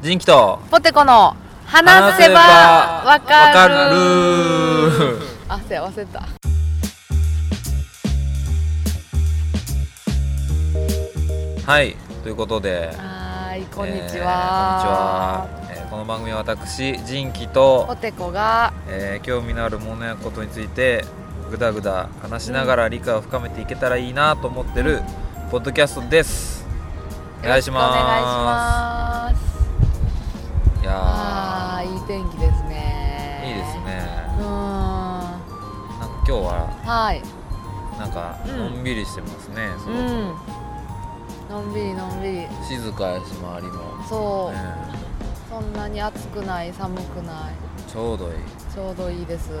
人気とポテコの話せばわかるわかるあせや忘れてたはいということではーいこんにちはは、こんにちは、えーこの番組は私人気とポ、テコがえー興味のあるものやことについてぐだぐだ話しながら理解を深めていけたらいいなと思ってるポッドキャストですお願いしまよろしくお願いしますすいやあーいい天気ですねーいいですねうーんはなんか今日はーいなんかうんのんびりしてますね、すごくうんのんびりのんびり静かやし周りも、そうう、そんなに暑くない寒くないんちょうどいいちょうどいいです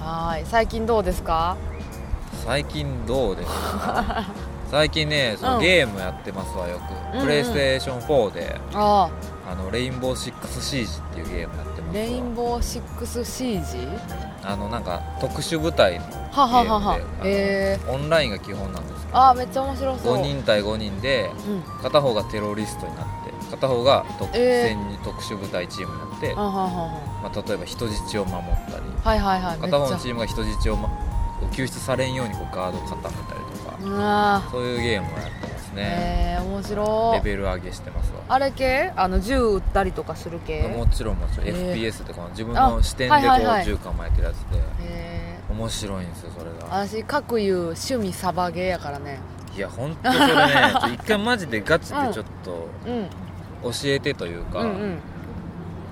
はーい最近どうですか最近どうですか 最近ねそのうんゲームやってますわようく、んうんプレイステーション4でああのレインボーシックスシージっていうゲームやってまあすわレインボーシックスシージあのなんか特殊部隊のははははゲームでえオンラインが基本なんですけー、あーめっちゃ面白どそう5人対5人でうん片方がテロリストになって片方が特,、えー戦に特殊部隊チームになって、あはんはんはんはんまあ、例えば人質を守ったりはいはいはいめっち片方のチゃームが人質を、ま、こう救出されんようにこうガードを固めたりとか、うわそういうゲームをやってますーね、えー、面白レベル上げしてますわあれ系あの銃撃ったりとかする系もちろんもちろん、えー FPS ってこの自分あの視点でこはいはいはうい銃構えてるやつでえ面白いんですよそれー、が私各言う趣味サバゲーやからねいや本当それねちょ一回マジでガチでちょっとうん教えてというか、うんうん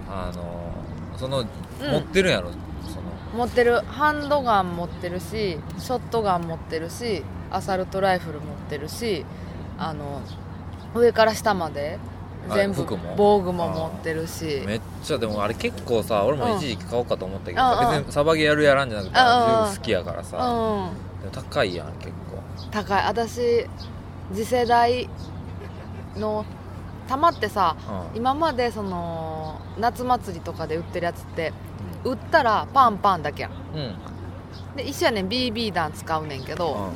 あのその、うん持ってるんやろその持ってるハンドガン持ってるしショットガン持ってるしアサルトライフル持ってるしあの上から下まであ全部服も防具も持ってるしめっちゃでもあれ結構さ俺も一時期買おうかと思ったけどさ、うんうんうん別にサバゲーやるやらんじゃなくてうんうん十分好きやからうさ、んでも高いやん結構高い私次世代の弾ってさう今までその夏祭りとかで売ってるやつって売ったらパンパンだけやんん、うんうんで一緒やねん BB 弾使うねんけど、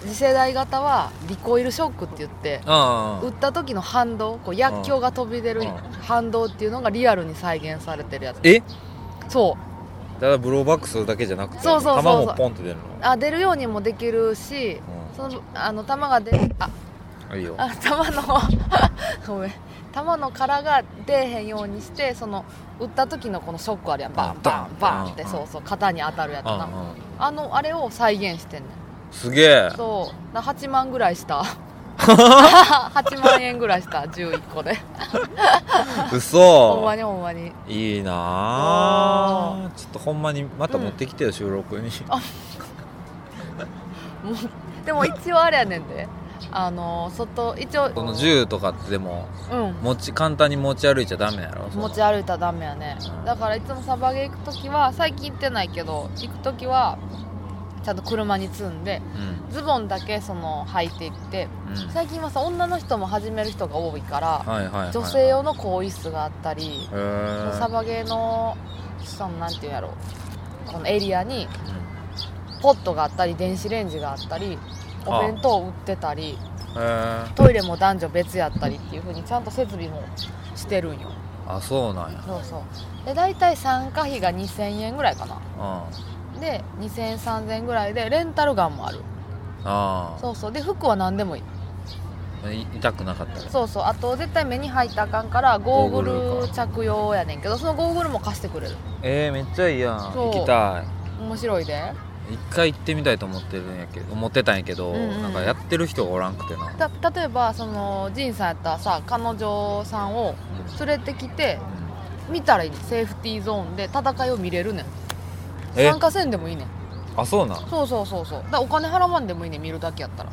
次世代型はリコイルショックって言ってあ打った時の反動こう薬莢が飛び出るうん反動っていうのがリアルに再現されてるやつえそうだからブローバックするだけじゃなくてそうそうそうそ球うもポンって出るのあ出るようにもできるしそのあの弾が出あうんいいよあ 弾のごめん弾の殻が出えへんようにしてその打った時のこのショックあるやんバンバンバンってうんそうそう肩に当たるやつあなああのあれを再現してんねんすげえそうな8万ぐらいした8万円ぐらいした11個でほん嘘まにほんまにいいなあちょっとほんまにまた持ってきてよ、収録にもうでも一応あれやねんであの外一応この銃とかってでもうん持ち簡単に持ち歩いちゃダメやろその持ち歩いたらダメやねだからいつもサバゲー行く時は最近行ってないけど行く時はちゃんと車に積んでうんズボンだけその履いていってうん最近はさ女の人も始める人が多いからはいはいはい女性用の更衣室があったりへーサバゲーのそのなんていうんやろこのエリアにうんポットがあったり電子レンジがあったりお弁当売ってたりへートイレも男女別やったりっていう風にちゃんと設備もしてるんよあそうなんやそうそうで大体参加費が2000円ぐらいかなうんあで2000円3000円ぐらいでレンタルガンもあるあそうそうで服は何でもいいい痛くなかったらそうそうあと絶対目に入ったらあかんからゴーゴーグルグル着用やねんけどそのゴーグルも貸してくれるえー、めっちゃいいやんそう行きたい面白いで一回行ってみたいと思ってるんやけど思ってたんやけど、うんうんなんかやってる人がおらんくてな、た例えばそのジンさんやったらさ彼女さんを連れてきてう見たらいいねんセーフティーゾーンで戦いを見れるねんんえ参加せんでもいいねんあそうなんそうそうそうそうだからお金払わんでもいいねん見るだけやったら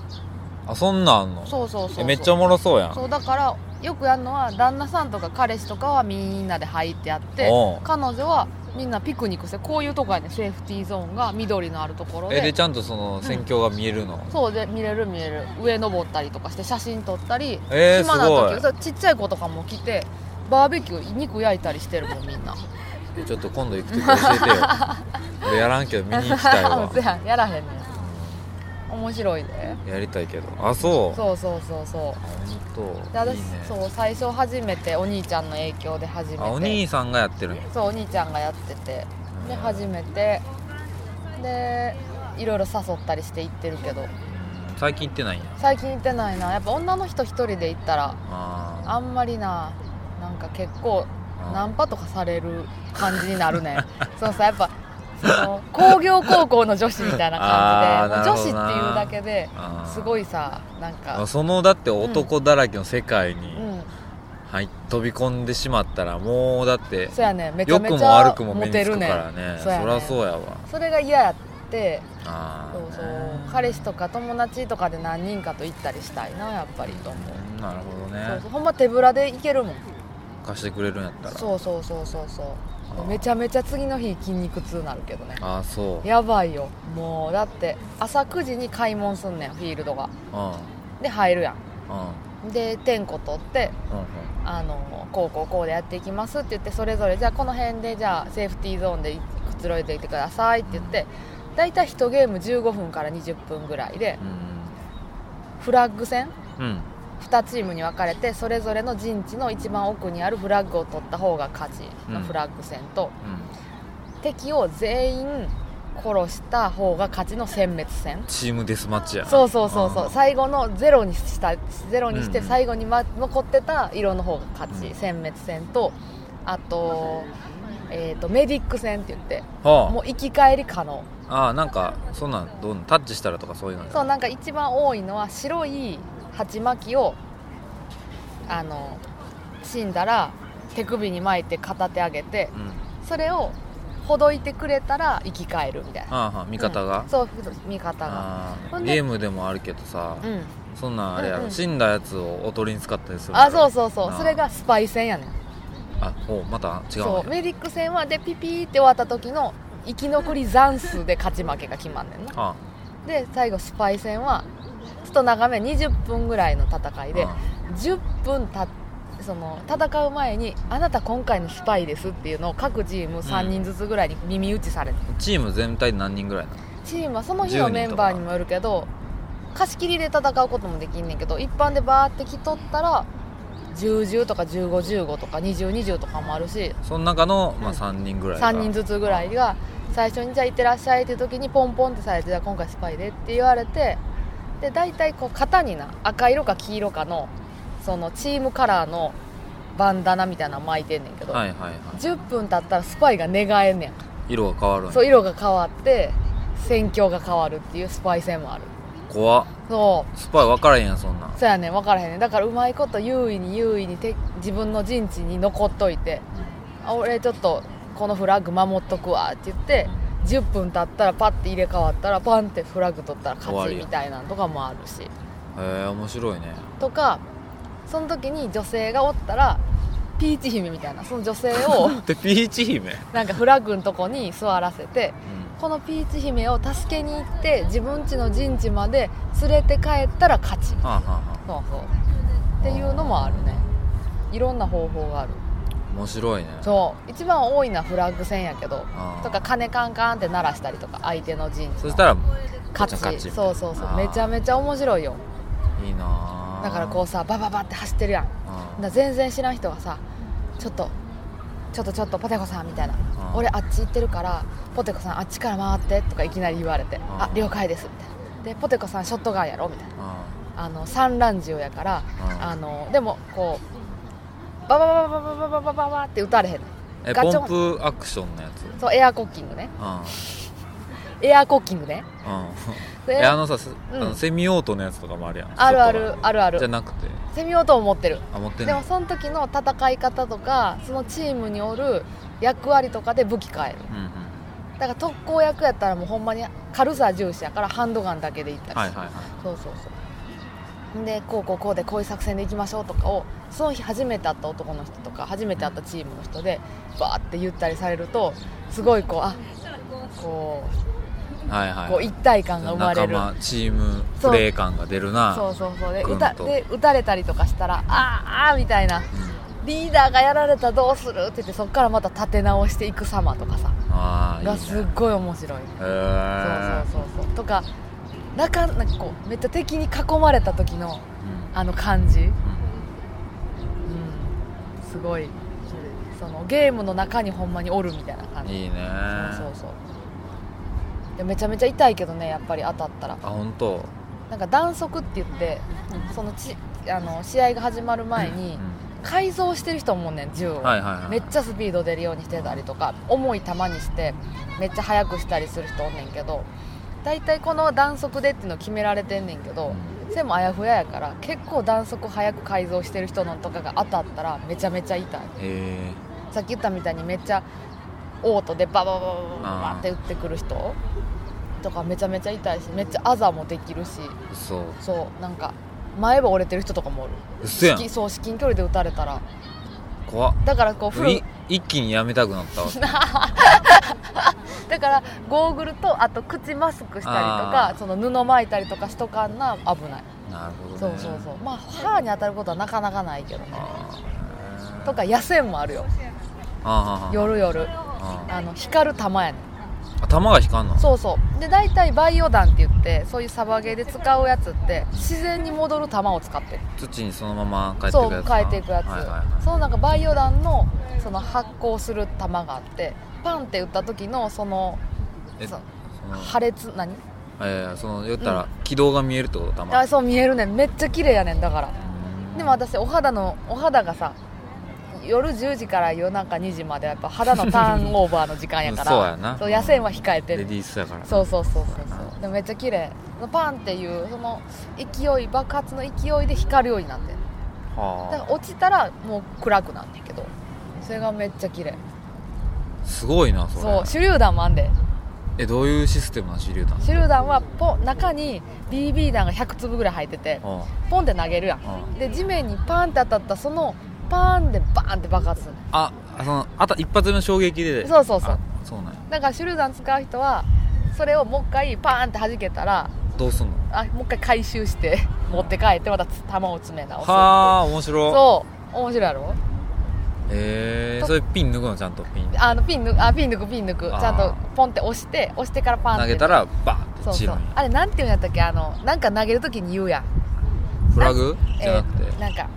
あそんなんあんのそうそうそうそえうめっちゃおもろそうやんそうだからよくやるのは旦那さんとか彼氏とかはみんなで入ってやっておう彼女はみんなピクニックしてこういうとこやねんセーフティーゾーンが緑のあるところえででちゃんとその戦況が見えるの、そうで見れる見れる上登ったりとかして写真撮ったり、えー暇なすごい時そうちっちゃい子とかも来てバーベキュー肉焼いたりしてるもんみんなえちょっと今度 行く時教えてよ俺やらんけど見に行きたいわそうややらへんねん面白いでやりたいけどあそうそうそうそうそうあ本当で私いいねそう最初初めてお兄ちゃんの影響で初めてあお兄さんがやってるんやそうお兄ちゃんがやっててで初めてでいろいろ誘ったりして行ってるけど最近行ってないんや最近行ってないなやっぱ女の人一人で行ったらああんまりななんか結構あナンパとかされる感じになる ねそうさやっぱその工業高校の女子みたいな感じで あーなる女ほ子っていどなうだけであーすごいさなんかあそのだって男だらけの世界に、うんはい、飛び込んでしまったらもうだってそうやねめちゃ良めくちゃも悪くも目モにテつるくねからねそそうやねりゃそうやわそれが嫌やってあそうーそう彼氏とか友達とかで何人かと行ったりしたいなやっぱりと思ううんなるほどそうねそうほんま手ぶらで行けるもん貸してくれるんやったらそうそうそうそうそあうーめちゃめちゃ次の日筋肉痛なるけどねああそうやばいよもうだって朝9時に開門すんねんフィールドがうんうんで入るやうんんで点呼取ってうんあのこうこうこうでやっていきますって言ってそれぞれじゃあこの辺でじゃあセーフティーゾーンでくつろいでいてくださいって言って大体1ゲーム15分から20分ぐらいでフラッグ戦うんうん2チームに分かれてそれぞれの陣地の一番奥にあるフラッグを取った方が勝ちのフラッグ戦と、うん敵を全員殺した方が勝ちの殲滅戦チームデスマッチやそうそうそうそうあー最後のゼロにしたゼロにしてうんうん最後に、ま残ってた色の方が勝ち、うん殲滅戦とあと,、えー、とメディック戦って言ってもはう生き返り可能ああーなんかそんなんどうなんタッチしたらとかそういうのそうなんか一番多いのは白い鉢巻きをあの死んだら手首に巻いて片手上げてうんそれをほどいてくれたら生き返るみたいなはあはあ味方が、うんそうふ味方があほーんでゲームでもあるけどさ、うんそんなんあれやろ、うんうん死んだやつをおとりに使ったりするあそうそうそうあーそれがスパイ戦やねんあおまた違うそのうメディック戦はでピピーって終わった時の生き残り残数で勝ち負けが決まんねんなあで最後スパイ戦はちょっと長め20分ぐらいの戦いであ10分たその戦う前に「あなた今回のスパイです」っていうのを各チーム3人ずつぐらいに耳打ちされる、チーム全体で何人ぐらいなのチームはその日のメンバーにもよるけど貸し切りで戦うこともできんねんけど一般でバーって来とったら1010とか1515とか2020とかもあるしその中の、まうあ、ん3人ぐらいが、 3人ずつぐらいが最初に「じゃあ行ってらっしゃい」っていう時にポンポンってされて「じゃあ今回スパイで」って言われてで大体こう肩にな赤色か黄色かのそのチームカラーのバンダナみたいなの巻いてんねんけど、はいはいはい10分経ったらスパイが寝返んねん色が変わるんやそう色が変わって戦況が変わるっていうスパイ戦もある怖っそうスパイ分からへんやんそんなんそうやねん分からへんねんだからうまいこと優位に優位にて自分の陣地に残っといてあ俺ちょっとこのフラッグ守っとくわって言って10分経ったらパッて入れ替わったらパンってフラッグ取ったら終わ勝ちりやみたいなのとかもあるしへえ面白いねとかその時に女性がおったらピーチ姫みたいなその女性 をでピーチ姫、なんかフラッグのとこに座らせてうん、このピーチ姫を助けに行って自分家の陣地まで連れて帰ったら勝ちそうはあ、はあはそうっていうのもあるねいろんな方法があるあ、面白いねそう一番多いのはフラッグ戦やけどあーとか金カンカンって鳴らしたりとか相手の陣地そのしたら勝ちガチャガチャみたいなそうそうそあうーめちゃめちゃ面白いよいいなあだからこうさバババって走ってるやんあだ全然知らん人がさちょっとちょっとちょっとポテコさんみたいなあー俺あっち行ってるからポテコさんあっちから回ってとかいきなり言われてああー了解ですみたいなでポテコさんショットガンやろみたいなああの散乱銃やからああのでもこうバババババババババババって撃たれへんのえガポチョンンプアクションのやつそうエアコッキングねうエアコッキングねんうんそれえあのさ、すんあのセミオートのやつとかもあるやんあるあるあるあじゃるなくてセミ音を持ってるあ持ってでなもいその時の戦い方とかそのチームによる役割とかで武器変えるうんうんだから特攻役やったらもうほんまに軽さ重視やからハンドガンだけでいったり、はいはいはいそうそうそうでこうこうこうでこういう作戦でいきましょうとかをその日初めて会った男の人とか初めて会ったチームの人でバーって言ったりされるとすごいこうあこはいうはいこう一体感が生まれ仲る間チームプレー感が出るなそうそうそうでぐ打んたとで打たれたりとかしたらあーあーみたいうなんリーダーがやられたらどうするって言ってそこからまた立て直していく様とかさああいいがねすっごい面白いへえそうそうそうそうとかなかなんかこうめっちゃ敵に囲まれた時のうあの感じ、うんんすごいそのゲームの中にほんまにおるみたいな感うんじいいねそうそうそうでめちゃめちゃ痛いけどねやっぱり当たったらあ本当なんか弾速って言ってそのちあの試合が始まる前にう改造してる人もおんねん銃を、んはいはいはいめっちゃスピード出るようにしてたりとか重い球にしてめっちゃ速くしたりする人おんねんけど大体この弾速でっていうの決められてんねんけど、うそれもあやふややから結構弾速早く改造してる人のとかが当たったらめちゃめちゃ痛いえさっき言ったみたいにめっちゃオートでバババババババって打ってくる人とかめちゃめちゃ痛いしめっちゃあざもできるしー、嘘そうなんか前歯折れてる人とかもおる嘘やん至近そう至近距離で打たれたら怖っだからこうフルい一気にやめたくなった わだからゴーグルとあと口マスクしたりとあかーその布巻いたりとかしとかんな危ないなるほそどうねそうそうまあ歯に当たることはなかなかないけどねあーとか野戦もあるよあー夜夜あーあの光る玉やねあ弾が光んのそうそうで大体バイオ弾って言ってそういうサバゲーで使うやつって自然に戻る弾を使ってる土にそのまま帰ってそいくやうつ変えていくやつ、はいはいはいそのなんかバイオ弾のその発光する弾があってパンって打った時のそのえそうその破裂何えー、その言ったら軌道が見えるってことたまあそう見えるねんめっちゃ綺麗やねんだからでも私お肌のお肌がさ夜10時から夜中2時まではやっぱ肌のターンオーバーの時間やからそうやなそう野戦は控えてレデるィースやからそうそうそうそうそうでもめっちゃ綺麗パンっていうその勢い爆発の勢いで光るようになってんだかはら落ちたらもう暗くなんだけどそれがめっちゃ綺麗あすごいなそれそう手榴弾もあんでえどういうシステムな手榴弾手榴弾はポン中に BB 弾が100粒ぐらい入っててはポンって投げるやんあはで地面にパーンって当たったそのパーンでバーンって爆発するああそのあた一発目の衝撃でそうそうそうあそうなんやだから手榴弾使う人はそれをもう一回パーンって弾けたらどうすんのあもう一回回収して持って帰ってまた弾を詰め直すはあ面白そう面白いやろえー、とそれピン抜くのちゃんとピンあのピン抜くあピン抜くピン抜くちあーゃんとポンって押して押してからパーンって投げたらバーってそう散そるうんやあれなんていうんやったっけあのなんか投げるときに言うやんフラグじゃなくて、えーなんか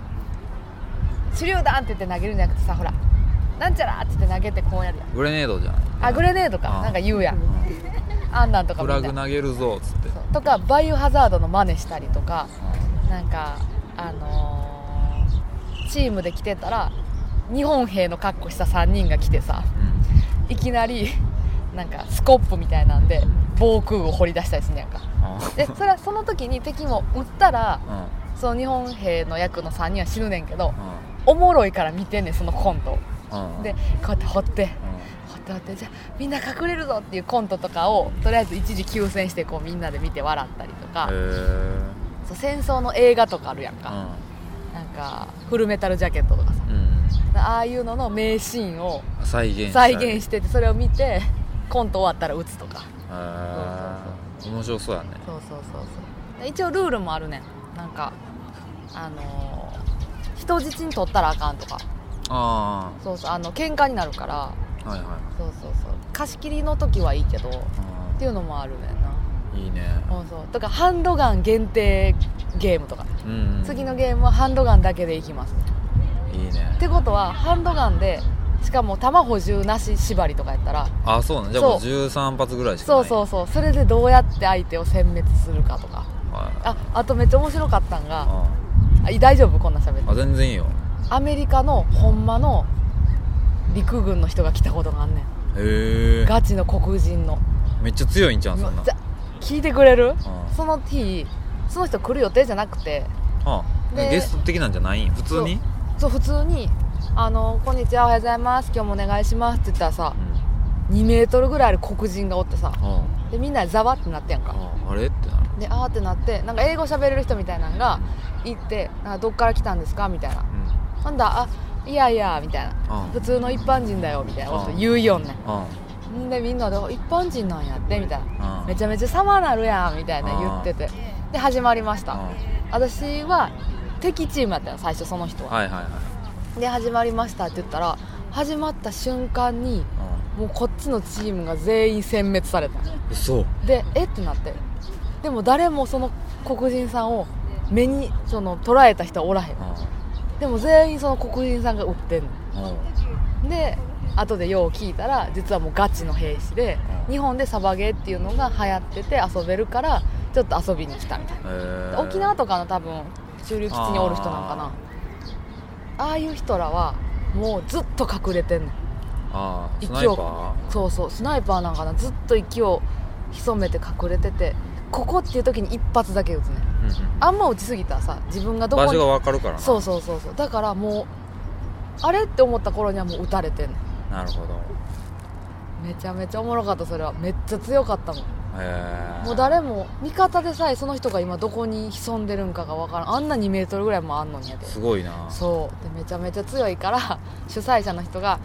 手榴弾って言って投げるんじゃなくてさほらなんちゃらって言って投げてこうやるやんグレネードじゃんあグレネードかあーなんか言うやんあんなんとかフみたラいグな投げるぞっつってとかバイオハザードの真似したりとかうなんかあのーチームで来てたら日本兵の格好した3人が来てさんいきなりなんかスコップみたいなんで防空を掘り出したりすんねやんかあ でそれはその時に敵も撃ったらうんその日本兵の役の3人は死ぬねんけどうおもろいから見てんねんそのコントんうんでこうやって掘ってうほってほってじゃあみんな隠れるぞっていうコントとかをとりあえず一時休戦してこうみんなで見て笑ったりとかんへ、えそう戦争の映画とかあるやんか、なんかフルメタルジャケットとかさうんうんああいうのの名シーンを再現再現してててそれを見てコント終わったら打つとか面白そうやねそうそうそうそうで一応ルールもあるねんなんかあのー人質に取ったらあかんとかあそうそうあの喧嘩になるからあはいはいそうそうそう貸し切りの時はいいけどっていうのもあるねんなうんいいねそうそうとかハンドガン限定ゲームとか、うん次のゲームはハンドガンだけでいきますっいいねてことはハンドガンでしかも弾補充なし縛りとかやったらあそうねじゃあもうそ13発ぐらいしかそなういそううそうそれでどうやって相手を殲滅するかとかあああとめっちゃ面白かったんがああい大丈夫こんな喋ってあ全然いいよアメリカのほんまの陸軍の人が来たことがあんねんへえガチの黒人のめっちゃ強いんちゃうんそんなじゃ聞いてくれるうんその日その人来る予定じゃなくてはあでゲスト的なんじゃないん普通にそう普通に「あのこんにちはおはようございます今日もお願いします」って言ったらさ2メートルぐらいある黒人がおってさうんはでみんなざわってなってやんあかああれってなるであーってなってなんか英語喋れる人みたいなのが行って「あどっから来たんですか?」みたいなうん「なんだあいやいや」みたいなあ「普通の一般人だよ」みたいなこと言うよんねあんんでみんなであ「一般人なんやって」みたいなあ「めちゃめちゃ様なるやん」みたいな言っててで始まりました私は敵チームやったの最初その人ははいはいはいで始まりましたって言ったら始まった瞬間にもうこっちのチームが全員殲滅されたうん嘘でえってなってでも誰もその黒人さんを目にその捉えた人はおらへんでも全員その黒人さんが売ってんのうんうんで後でよう聞いたら実はもうガチの兵士でうん日本でサバゲーっていうのが流行ってて遊べるからちょっと遊びに来たみたいへーな沖縄とかの多分駐留基地におる人なんかなああいう人らはもうずっと隠れてんのああ一ス応ナイパーそうそうスナイパーなんかなずっと息を潜めて隠れててここっていう時に一発だけ撃つねうんうんあんま撃ちすぎたらさ自分がどこ場に所がわかるからなそうそうそうそうだからもうあれって思った頃にはもう撃たれてんのなるほどめちゃめちゃおもろかったそれはめっちゃ強かったもんへえもう誰も味方でさえその人が今どこに潜んでるんかがわからんあんな2メートルぐらいもあんのにやですごいなそうでめちゃめちゃ強いから 主催者の人が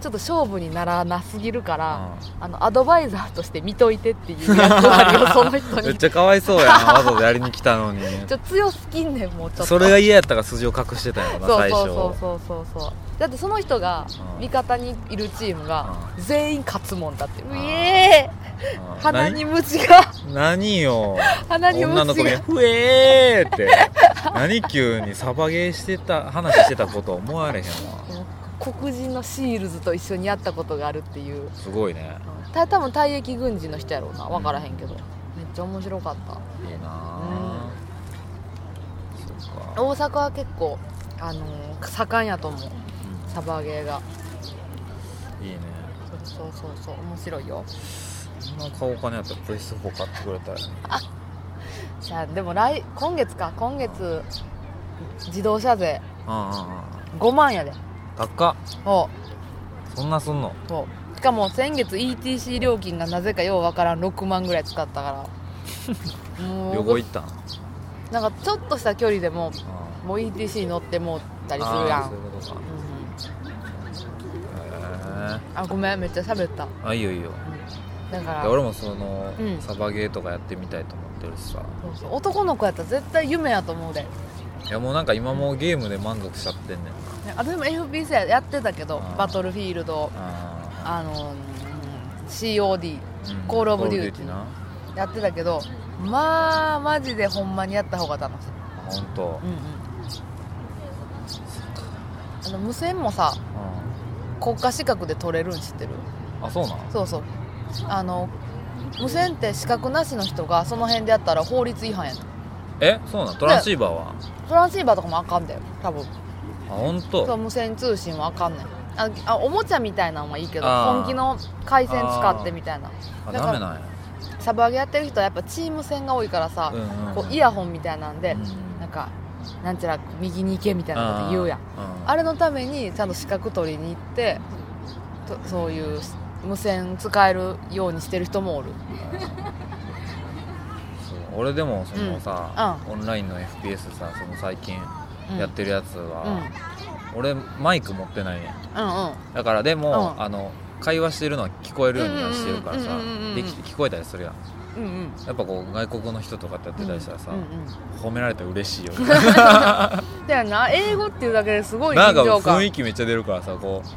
ちょっと勝負にならなすぎるから、あのアドバイザーとして見といてっていう役割をその 人めっにちゃかわいそうやなわざわざやりに来たのにちょ強すぎんねんもうちょっとそれが嫌やったから筋を隠してたんやろなそう最初そうそうそうそうそうだってその人がうん味方にいるチームが全員勝つもんだってうあえーうん鼻に虫が何何よ鼻に女の子虫にが「ふえー」 って何急にサバゲーしてた話してたこと思われへんわ黒人のシールズと一緒にやったことがあるっていうすごいねた多分退役軍人の人やろうな分からへんけど、めっちゃ面白かったいいなあそっか大阪は結構、あのー盛んやと思うサバゲーがうんいいねそうそうそう面白いよそんな顔お金やったらプレス4買ってくれたらねじゃあでも来今月か今月自動車税うんうんうん5万やで高っほそんなすんのうほうしかも先月 ETC 料金がなぜかようわからん6万ぐらい使ったか らもう旅行行ったんなんかちょっとした距離でもあもう ETC 乗ってもうたりするやあーんそういうことかへえうんあごめんめっちゃ喋ったあいいよいいよだかいらや俺もその、うんサバゲーとかやってみたいと思ってるしさそうそう男の子やったら絶対夢やと思うで、ね、いやもうなんか今もうゲームで満足しちゃってんねんな私も FPS ややってたけどあーバトルフィールドああの、うん COD ーうんコールオブデューティーなやってたけどまあマジでほんまにやった方が楽しい、あ本当う。んうん、あの無線もさ国家資格で取れるん知ってるうんあそうなんそうそうあの無線って資格なしの人がその辺でやったら法律違反やねんえそうなんトランシーバーは、トランシーバーとかもあかんだよ多分あ本そう当。無線通信はあかんねんああおもちゃみたいなのはいいけどあー本気の回線使ってみたいなあだダからメなんやサバゲーやってる人はやっぱチーム戦が多いからさ、うんうんこうイヤホンみたいなんで、うんなんかなんちゃら右に行けみたいなこと言うやんあれれのためにちゃんと資格取りに行ってとそういう無線使えるようにしてる人もおる俺でもそのさ、うオンラインの FPS さその最近うんやってるやつうんうんは、俺マイク持ってないねんうんだからでも、うんあの会話してるのは聞こえるようにはしてるからさうんうんうんうんうんできて聞こえたりするやんうんうんやっぱこう外国の人とかってやってたりしたらさ、うんうん褒められたら嬉しいよだよな英語っていうだけですごいなん臨か場雰感囲気めっちゃ出るからさこう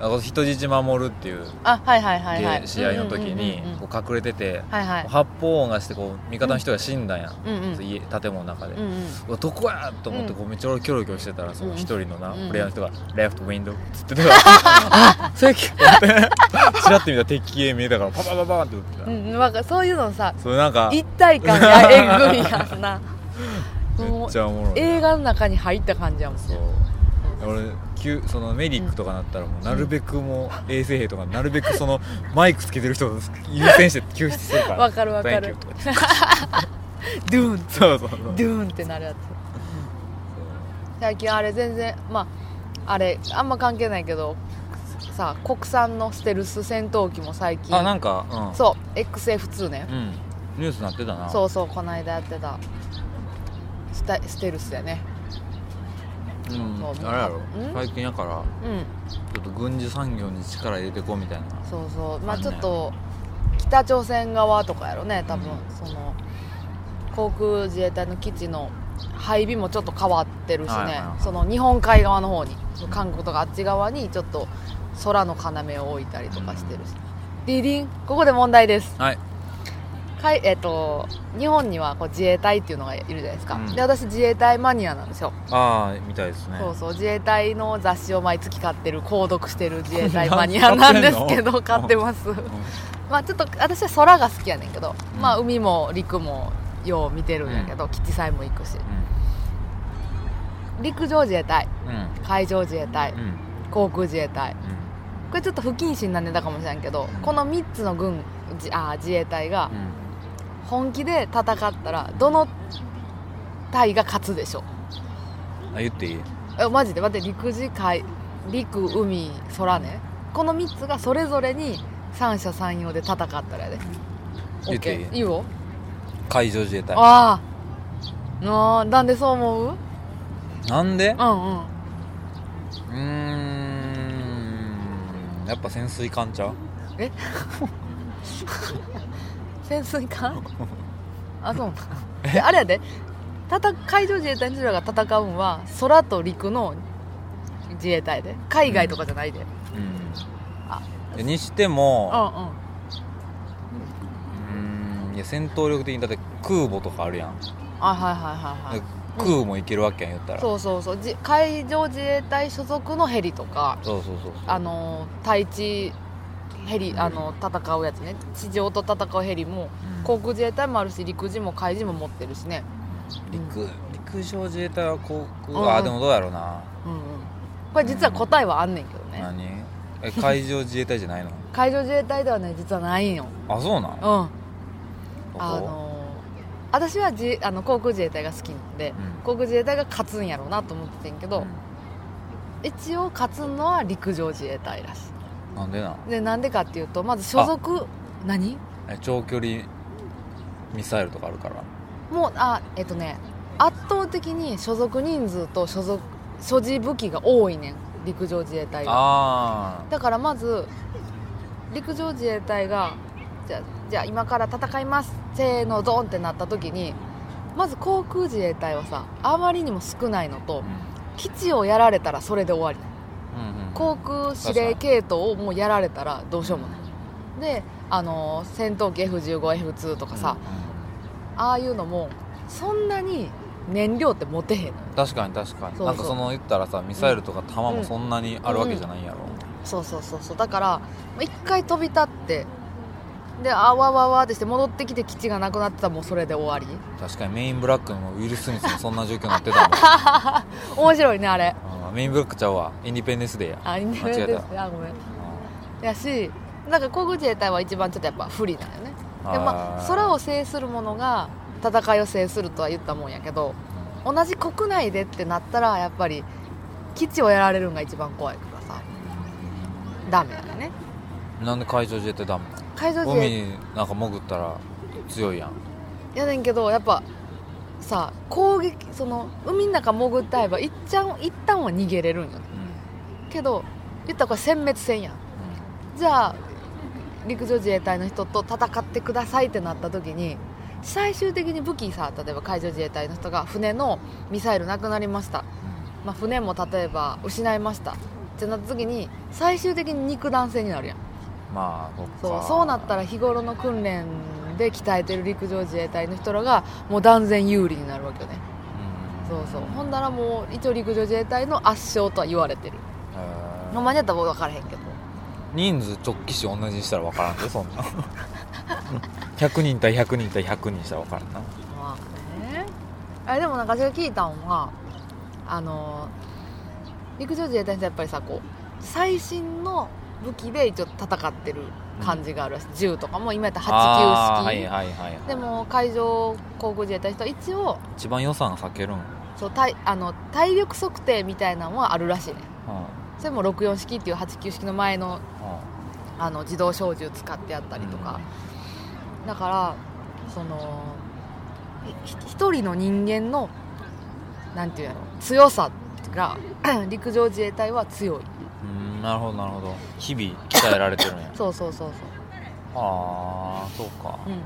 あこう人質守るっていうあはいはいはいはゲーい試合の時にうんうんうんうんこう隠れてて、はいはい発砲音がしてこう味方の人が死んだんやん、うんうん家建物の中で、うんうんうわどこやと思ってこうめっちゃ俺キョロキョロしてたらその一人のな、うんプレイヤーの人が「レフトウィンドウ」っつって たから「あセーキュー!」 チラッて見たら敵へ見えたからパパパパンって打ってた、うん、なんかそういうのさそれなんかめ一体感がえぐいやん なもっうちゃおもろい映画の中に入った感じやもんそう俺急そのメリックとかなったらもうなるべくもう衛生兵とかなるべくそのマイクつけてる人を優先して救出するからわかるわか Thank る you とか言ってド ゥーンそうそうそうドゥーンってなるやつ最近あれ全然まああれあんま関係ないけどさ国産のステルス戦闘機も最近あなんかうんそう XF2 ねうんニュースなってたなそうそうこの間やってたスタステルスやねう、ん、そうあれやろうん最近やからうんちょっと軍事産業に力入れてこうみたいなそうそうまああんねちょっと北朝鮮側とかやろね多分、その航空自衛隊の基地の配備もちょっと変わってるしね、はいはいはいその日本海側の方に韓国とかあっち側にちょっと空の要を置いたりとかしてるし、ディリンここで問題ですはいかいえっと日本にはこう自衛隊っていうのがいるじゃないですか、うんで私自衛隊マニアなんですよ、ああみたいですねそうそう自衛隊の雑誌を毎月買ってる購読してる自衛 隊マニアなんですけど買買っっててますまあちょっと私は空が好きやねんけど、うんまあ海も陸もよう見てるんやけど、基地祭も行くし陸上自衛隊うんうん海上自衛隊うん航空自衛隊これちょっと不謹慎なネタかもしれんけどうんこの3つの軍じあ自衛隊がうん本気で戦ったらどの隊が勝つでしょううんあ言っていいえマジで待って陸自海陸海空ねこの3つがそれぞれに三者三様で戦ったらやで言っていい OK いいよ海上自衛隊あーあーなんでそう思うなんでうんうんうーんやっぱ潜水艦ちゃうえ潜水艦あそうなんであれやでたた海上自衛隊の人らが戦うんは空と陸の自衛隊で海外とかじゃないで、あうんにしてうん、もうんうーんいや戦闘力的にだって空母とかあるやんあはいはいはいはい空もいけるわけやん言ったらそうそうそうじ海上自衛隊所属のヘリとかそうそうそうそうあの対地ヘリあの戦うやつね地上と戦うヘリもうん航空自衛隊もあるし陸自も海自も持ってるしね陸陸上自衛隊は航う空んあでもどうやろうなうんうんこれ実は答えはあんねんけどね、何え海上自衛隊じゃない の海上自衛隊ではね実はないんよあそうなうんのあどこの私はじあの航空自衛隊が好きなんで、うん航空自衛隊が勝つんやろうなと思っててんけど、一応勝つのは陸上自衛隊らしうんなんでなんいでなんでかっていうとまず所属何え長距離ミサイルとかあるからもうあえっとね圧倒的に所属人数と所属所持武器が多いねん陸上自衛隊はあだからまず陸上自衛隊がじゃあじゃあ今から戦いますせーのドンってなった時にまず航空自衛隊はさあまりにも少ないのあと基地をやられたらそれで終わり航空指令系統をもうやられたらどうしようもないであのー戦闘機 F15F2 とかさ、ああいうのもそんなに燃料って持てへんの確かに確かにそうそうなんかその言ったらさミサイルとか弾もそんなにあるわけじゃないやろ、そうそうそうそうだから一回飛び立ってであわわわってして戻ってきて基地がなくなってたらもうそれで終わり確かにメインブラックのウィル・スミスもそんな状況になってた面白いねあれ もんうんメインブラックちゃうわインディペンデンスデーやあインディペンデンスデーあごめんうやしなんか航空自衛隊は一番ちょっとやっぱ不利なんよねんでまあ空を制する者が戦いを制するとは言ったもんやけど同じ国内でってなったらやっぱり基地をやられるのが一番怖いからさダメやねなんで海上自衛隊ダメ海上なの自海衛隊になんか潜ったら強いやんやねんけどやっぱさ攻撃その海の中潜って会えば一ちゃん一旦は逃げれるんよねうんけど言ったらこれ殲滅戦やんじゃあ陸上自衛隊の人と戦ってくださいってなった時に最終的に武器さ例えば海上自衛隊の人が船のミサイルなくなりました、まあ、船も例えば失いましたってなった時に最終的に肉弾戦になるやんうんまあそっかそうそうなったら日頃の訓練で鍛えてる陸上自衛隊の人らがもう断然有利になるわけよねうんそうそうほんだらもう一応陸上自衛隊の圧勝とは言われてるへーまあ間に合ったら分からへんけど人数直帰し同じにしたら分からんでそん な100人対100人対100人したら分からんなまあねあれでもなんか私が聞いたんはあのー陸上自衛隊ってやっぱりさこう最新の武器で一応戦ってる感じがあるらしい、銃とかも今やったらあー8級は式、いはいはいはいでも海上航空自衛隊の人は一応一番予算避けるん、うん、そう体あの体力測定みたいなのはあるらしいねそれも64式っていう89式の前のあの自動小銃使ってやったりとか、だからそのひ一人の人間のなんていうやろ強さが 陸上自衛隊は強いうんうんなるほどなるほど日々鍛えられてるんやそうそうそう ああそうかそううんうん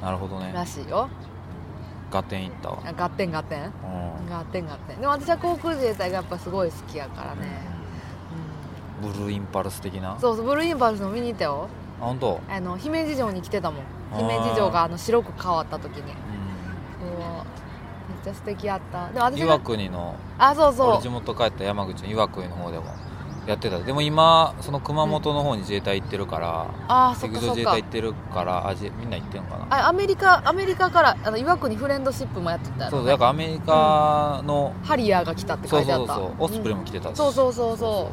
なるほどうんねらしいよ合点いったわあガッテンガッテンうんガッテンガッテンでも私は航空自衛隊がやっぱすごい好きやからね、ブルーインパルス的なうんそうそうブルーインパルスも見に行ったよあ本当あの姫路城に来てたもんあー姫路城があの白く変わった時にうそうめっちゃ素敵やったでもん私岩が国のあそう俺そ地元帰った山口の岩国の方でもやってたでも今その熊本の方に自衛隊行ってるから、うあーそっ陸か上そ自っ衛か隊行ってるからあじみんな行ってんのかなあアメリカアメリカからあの岩国フレンドシップもやってたよ、ね、そうだからアメリカの、ハリアーが来たってそ書ういてあそっうたそうオスプレイも来てたし、うんそうそうそうそ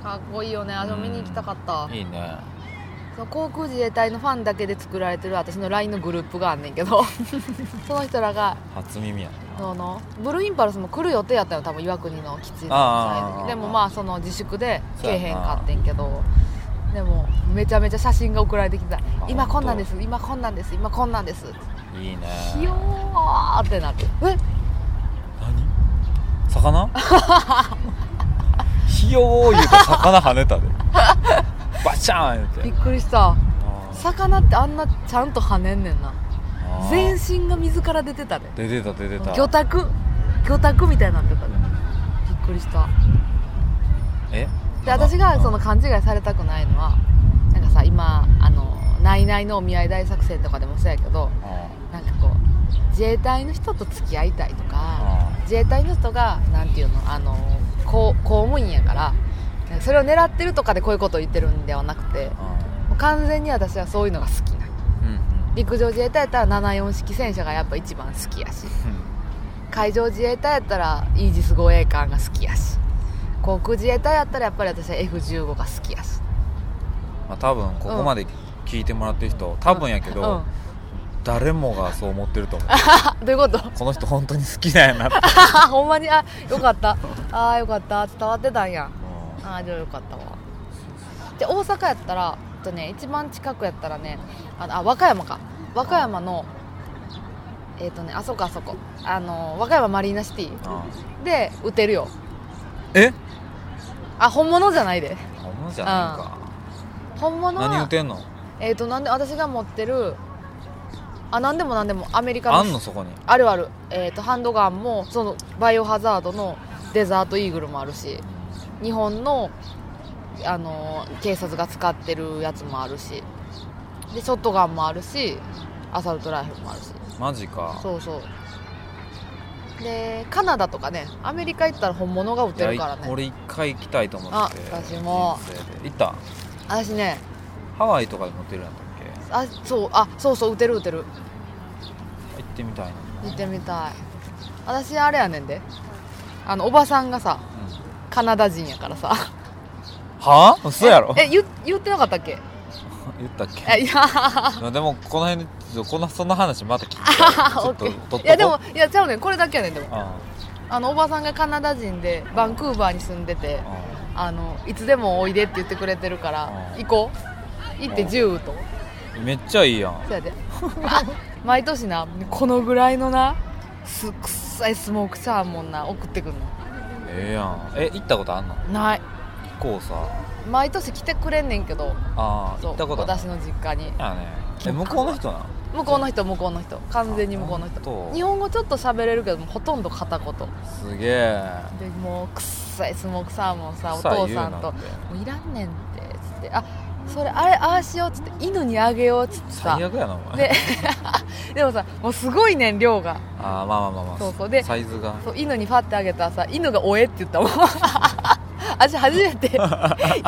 うかっこいいよねあの見に行きたかった、いいねその航空自衛隊のファンだけで作られてる私の LINE のグループがあんねんけ どその人らが初耳やなそのブルーインパルスも来る予定やったよ多分岩国の基地あのーでもまあその自粛でそ来うえやなへんかってんけどでもめちゃめちゃ写真が送られてきた「今こんなんです今こんなんです今こんなんです」いいねひよーってなってえ何魚 ひよー言うと魚跳ね たでバチャーン言びうってくりしたあー魚ってあんなちゃんと跳ねんねんなあー全身が水から出てたで出てた出てた魚拓魚拓みたいになってたでびっくりしたえで私がそのうん勘違いされたくないのはなんかさ今あの「ナイナイのお見合い大作戦」とかでもそうやけどなんかこう自衛隊の人と付き合いたいとかあ自衛隊の人がなんていうのあの公公務員やからなんかそれを狙ってるとかでこういうことを言ってるんではなくてもう完全に私はそういうのが好きなうん うん陸上自衛隊やったら74式戦車がやっぱ一番好きやし海上自衛隊やったらイージス護衛艦が好きやし航空自衛隊やったらやっぱり私は F15 が好きやしまあ多分ここまで聞いてもらってる人多分やけうん どど誰もがそう思ってると 思うういうことこの人本当に好きなんやなって ほんまにあよかったあーよかった伝わってたんやああじゃあよかったわで大阪やったらえっとね一番近くやったらねあのあ和歌山か和歌山のえっ、とねあそこあそこあの和歌山マリーナシティで打てるよえあ本物じゃないで本物じゃないか本物は何言ってんのえっ、となんで私が持ってるあなんでもなんでもアメリカのあんのそこにあるある、えー、とハンドガンもそのバイオハザードのデザートイーグルもあるし日本の、あのー警察が使ってるやつもあるしでショットガンもあるしアサルトライフルもあるしマジかそうそうでカナダとかねアメリカ行ったら本物が売っいてやるからね俺一回行きたいと思っててあ私も人生で行った私ねハワイとかで乗ってるんやったっあそうあそうそう打てる打てるけ行ってみたいな見てみたい私あれやねんであのおばさんがさうんカナダ人やからさはあ嘘やろ え言言ってなかったっけ言ったっけえいやまあでもこの辺でちょっとこのそんな話また聞き あオッたケいちょっと取っとこーういやでもいやちゃうねんこれだけやねんでもああのおばさんがカナダ人でバンクーバーに住んでてあああのいつでもおいでって言ってくれてるからあ行こう行ってうん10とあめっちゃいいやんそうやで あ毎年なこのぐらいのなすくっさいスモークサーモンな送ってくんええやんえ行ったことあんののないこうさ毎年来てくれんねんけどああそう行ったことある私の実家にやねえ向こうの人な向こうの人向こうの人完全に向こうのあ本人当日本語ちょっと喋れるけどもほとんど片言すげえでもうくっさいスモークサーモンさお臭い父言うさなんんてと「もういらんねん」ってつって「あそれあれああしよう」っつって「犬にあげよう」っつってさ最悪やなお前で でもさもうすごいねん量がああまあまあまあまあそうそうでサイズがそう犬にファってあげたらさ犬が「おえ」って言ったもん 私初め て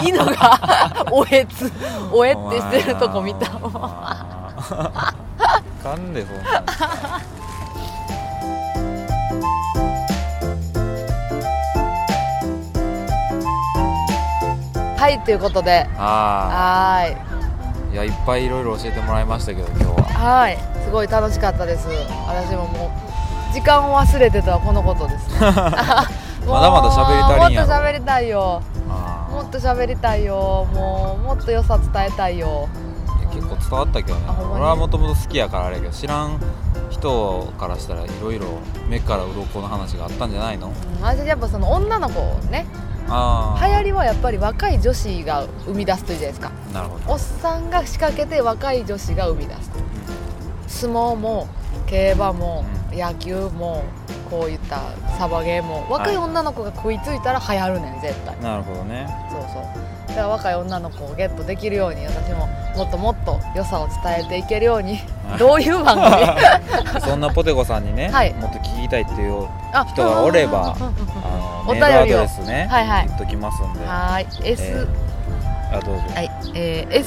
犬が「 おえつ」「おえ」ってしてるとこ見たお前もんな かんでそんなんはいということであはーいあいやいっぱいいろいろ教えてもらいましたけど今日ははいすごい楽しかったです私ももう時間を忘れてたこのことで すねまだまだ喋りたいんやろもっと喋りたいよあもっと喋りたいよもうもっと良さ伝えたいよいや結構伝わったけどねあほんまに俺はもともと好きやからあれやけど知らん人からしたらいろいろ目から鱗の話があったんじゃないのうん私やっぱその女の子ねあ流あ行りはやっぱり若い女子が生み出すというじゃないですかなるほどおっさんが仕掛けて若い女子が生み出す相撲も競馬も野球もこういったサバゲーも若い女の子が食いついたら流行るねん絶対なるほど ねそうそうだから若い女の子をゲットできるように私ももっともっと良さを伝えていけるようにどういう番組 そんなポテコさんにね、はいもっと聞きたいっていうあ人がおればうんうんうんうんあのおメ便ーりをルアドレスね、はいはい言っときますんで、はーい S、えーあどうぞ、はい、えー、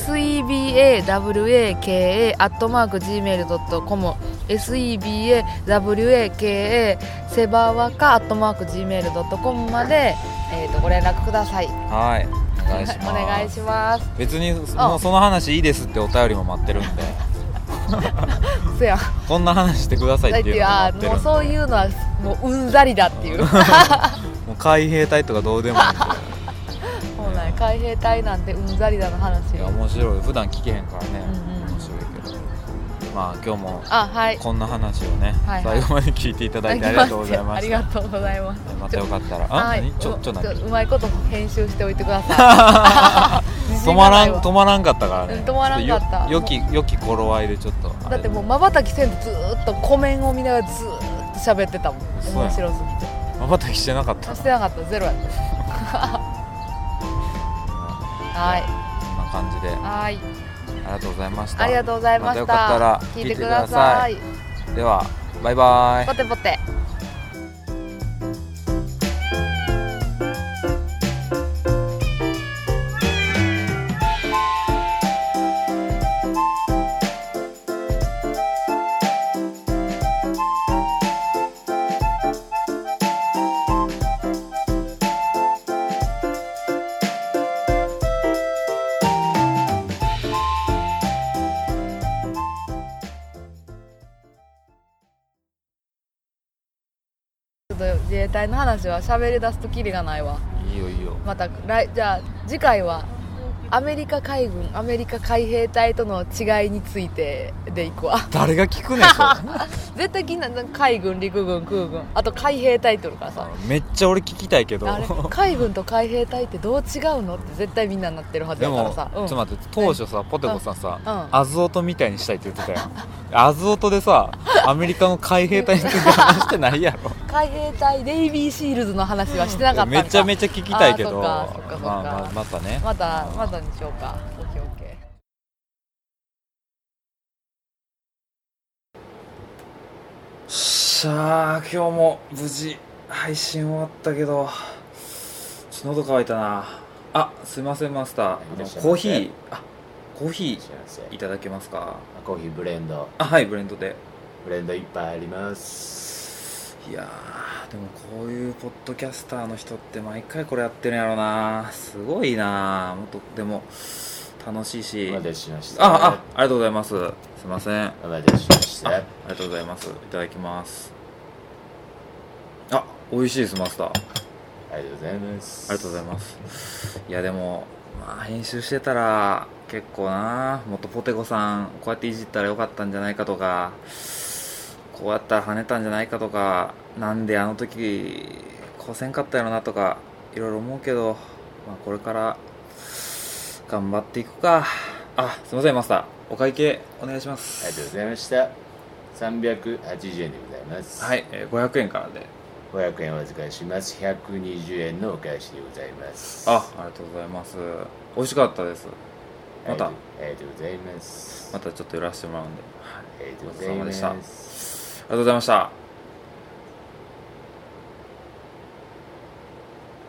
sebawaka アットマーク gmail.com sebawaka セバワカアットマーク gmail.com まで、えー、とご連絡くださいはいお願いします お願いします別にそあのその話いいですってお便りも待ってるんでせやこんな話してくださいだっっていうてのもあ待ってるもうんでそういうのはもううんざりだっていうもう海兵隊とかどうでもいいんでそうなんや海兵隊なんてうんざりだの話いや面 白い普段聞けへんからね、うんうん面白いけどまあ今日もあはいこんな話をね、はいはい最後まで聞いていただいてありがとうございまあしりたがとうございますまたよかったらあ、はい何ちょちょ何うまいこと編集しておいてくださ い自止信まがならいんわ止まらんかったからうねん止まらんかっちたょとよよきよき頃合いでちょっとあれだってもうまばたきせんとずーっと湖面を見ながらずーっと喋ってたもん面そうや白すぎてまばたきしてなかったしてなかった ゼロやったはこんな感じでいあはいりがとうございましたありがとうございまましたたよかったら聞い聞いててくくだだささいいではバイバイポテポテちょっと自衛隊の話は喋り出すとキリがないわいいよいいよまた来じゃあ次回はアメリカ海軍アメリカ海兵隊との違いについてでいくわ誰が聞くねんそれ 絶対気になる海軍陸軍空軍あと海兵隊っておるからさめっちゃ俺聞きたいけどあれ海軍と海兵隊ってどう違うのって絶対みんななってるは ずでだかもらさちょっと待って当初さポテコさんさうんアズオトみたいにしたいって言ってたよアズオトで さアメリカの海兵隊について話してないやろ海兵隊ネイビーシールズの話はしてなかったんめかちゃめちゃ聞きたいけどあーそっかそっかそっかまあまあまたねまたまたにしようかオッケーオッケーしゃあ今日も無事配信終わったけどちょっと喉乾いたなあすいませんマスターあいらのっしゃいませコーヒーあコーヒすいませんーいただけますかコーヒーブレンドあはいブレンドでブレンドいっぱいありますいやーでもこういうポッドキャスターの人って毎回これやってるんやろなすごいなもっとでも楽しいおし待たせしましたああありがとうございますすいませんお待たせしましああたりがとうございますいただきますあ美味しいですマスターあありがとうございますりがとうございますいやでもまあ編集してたら結構なもっとポテコさんこうやっていじったらよかったんじゃないかとかこうやったら跳ねたんじゃないかとかなんであの時こうせんかったやろなとかいろいろ思うけど、まあ、これから頑張っていくかあすいませんマスターお会計お願いしまありがとうごすざいました380円でございますはい、えー500円からで500円お預かりします120円のお返しでございますあありがとうございます美味しかったですありがとうまありがとうございますまたちょっと寄らせてもらうんではいありがとうございごちまそうすさまでありがとうございました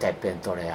てっぺん取れよ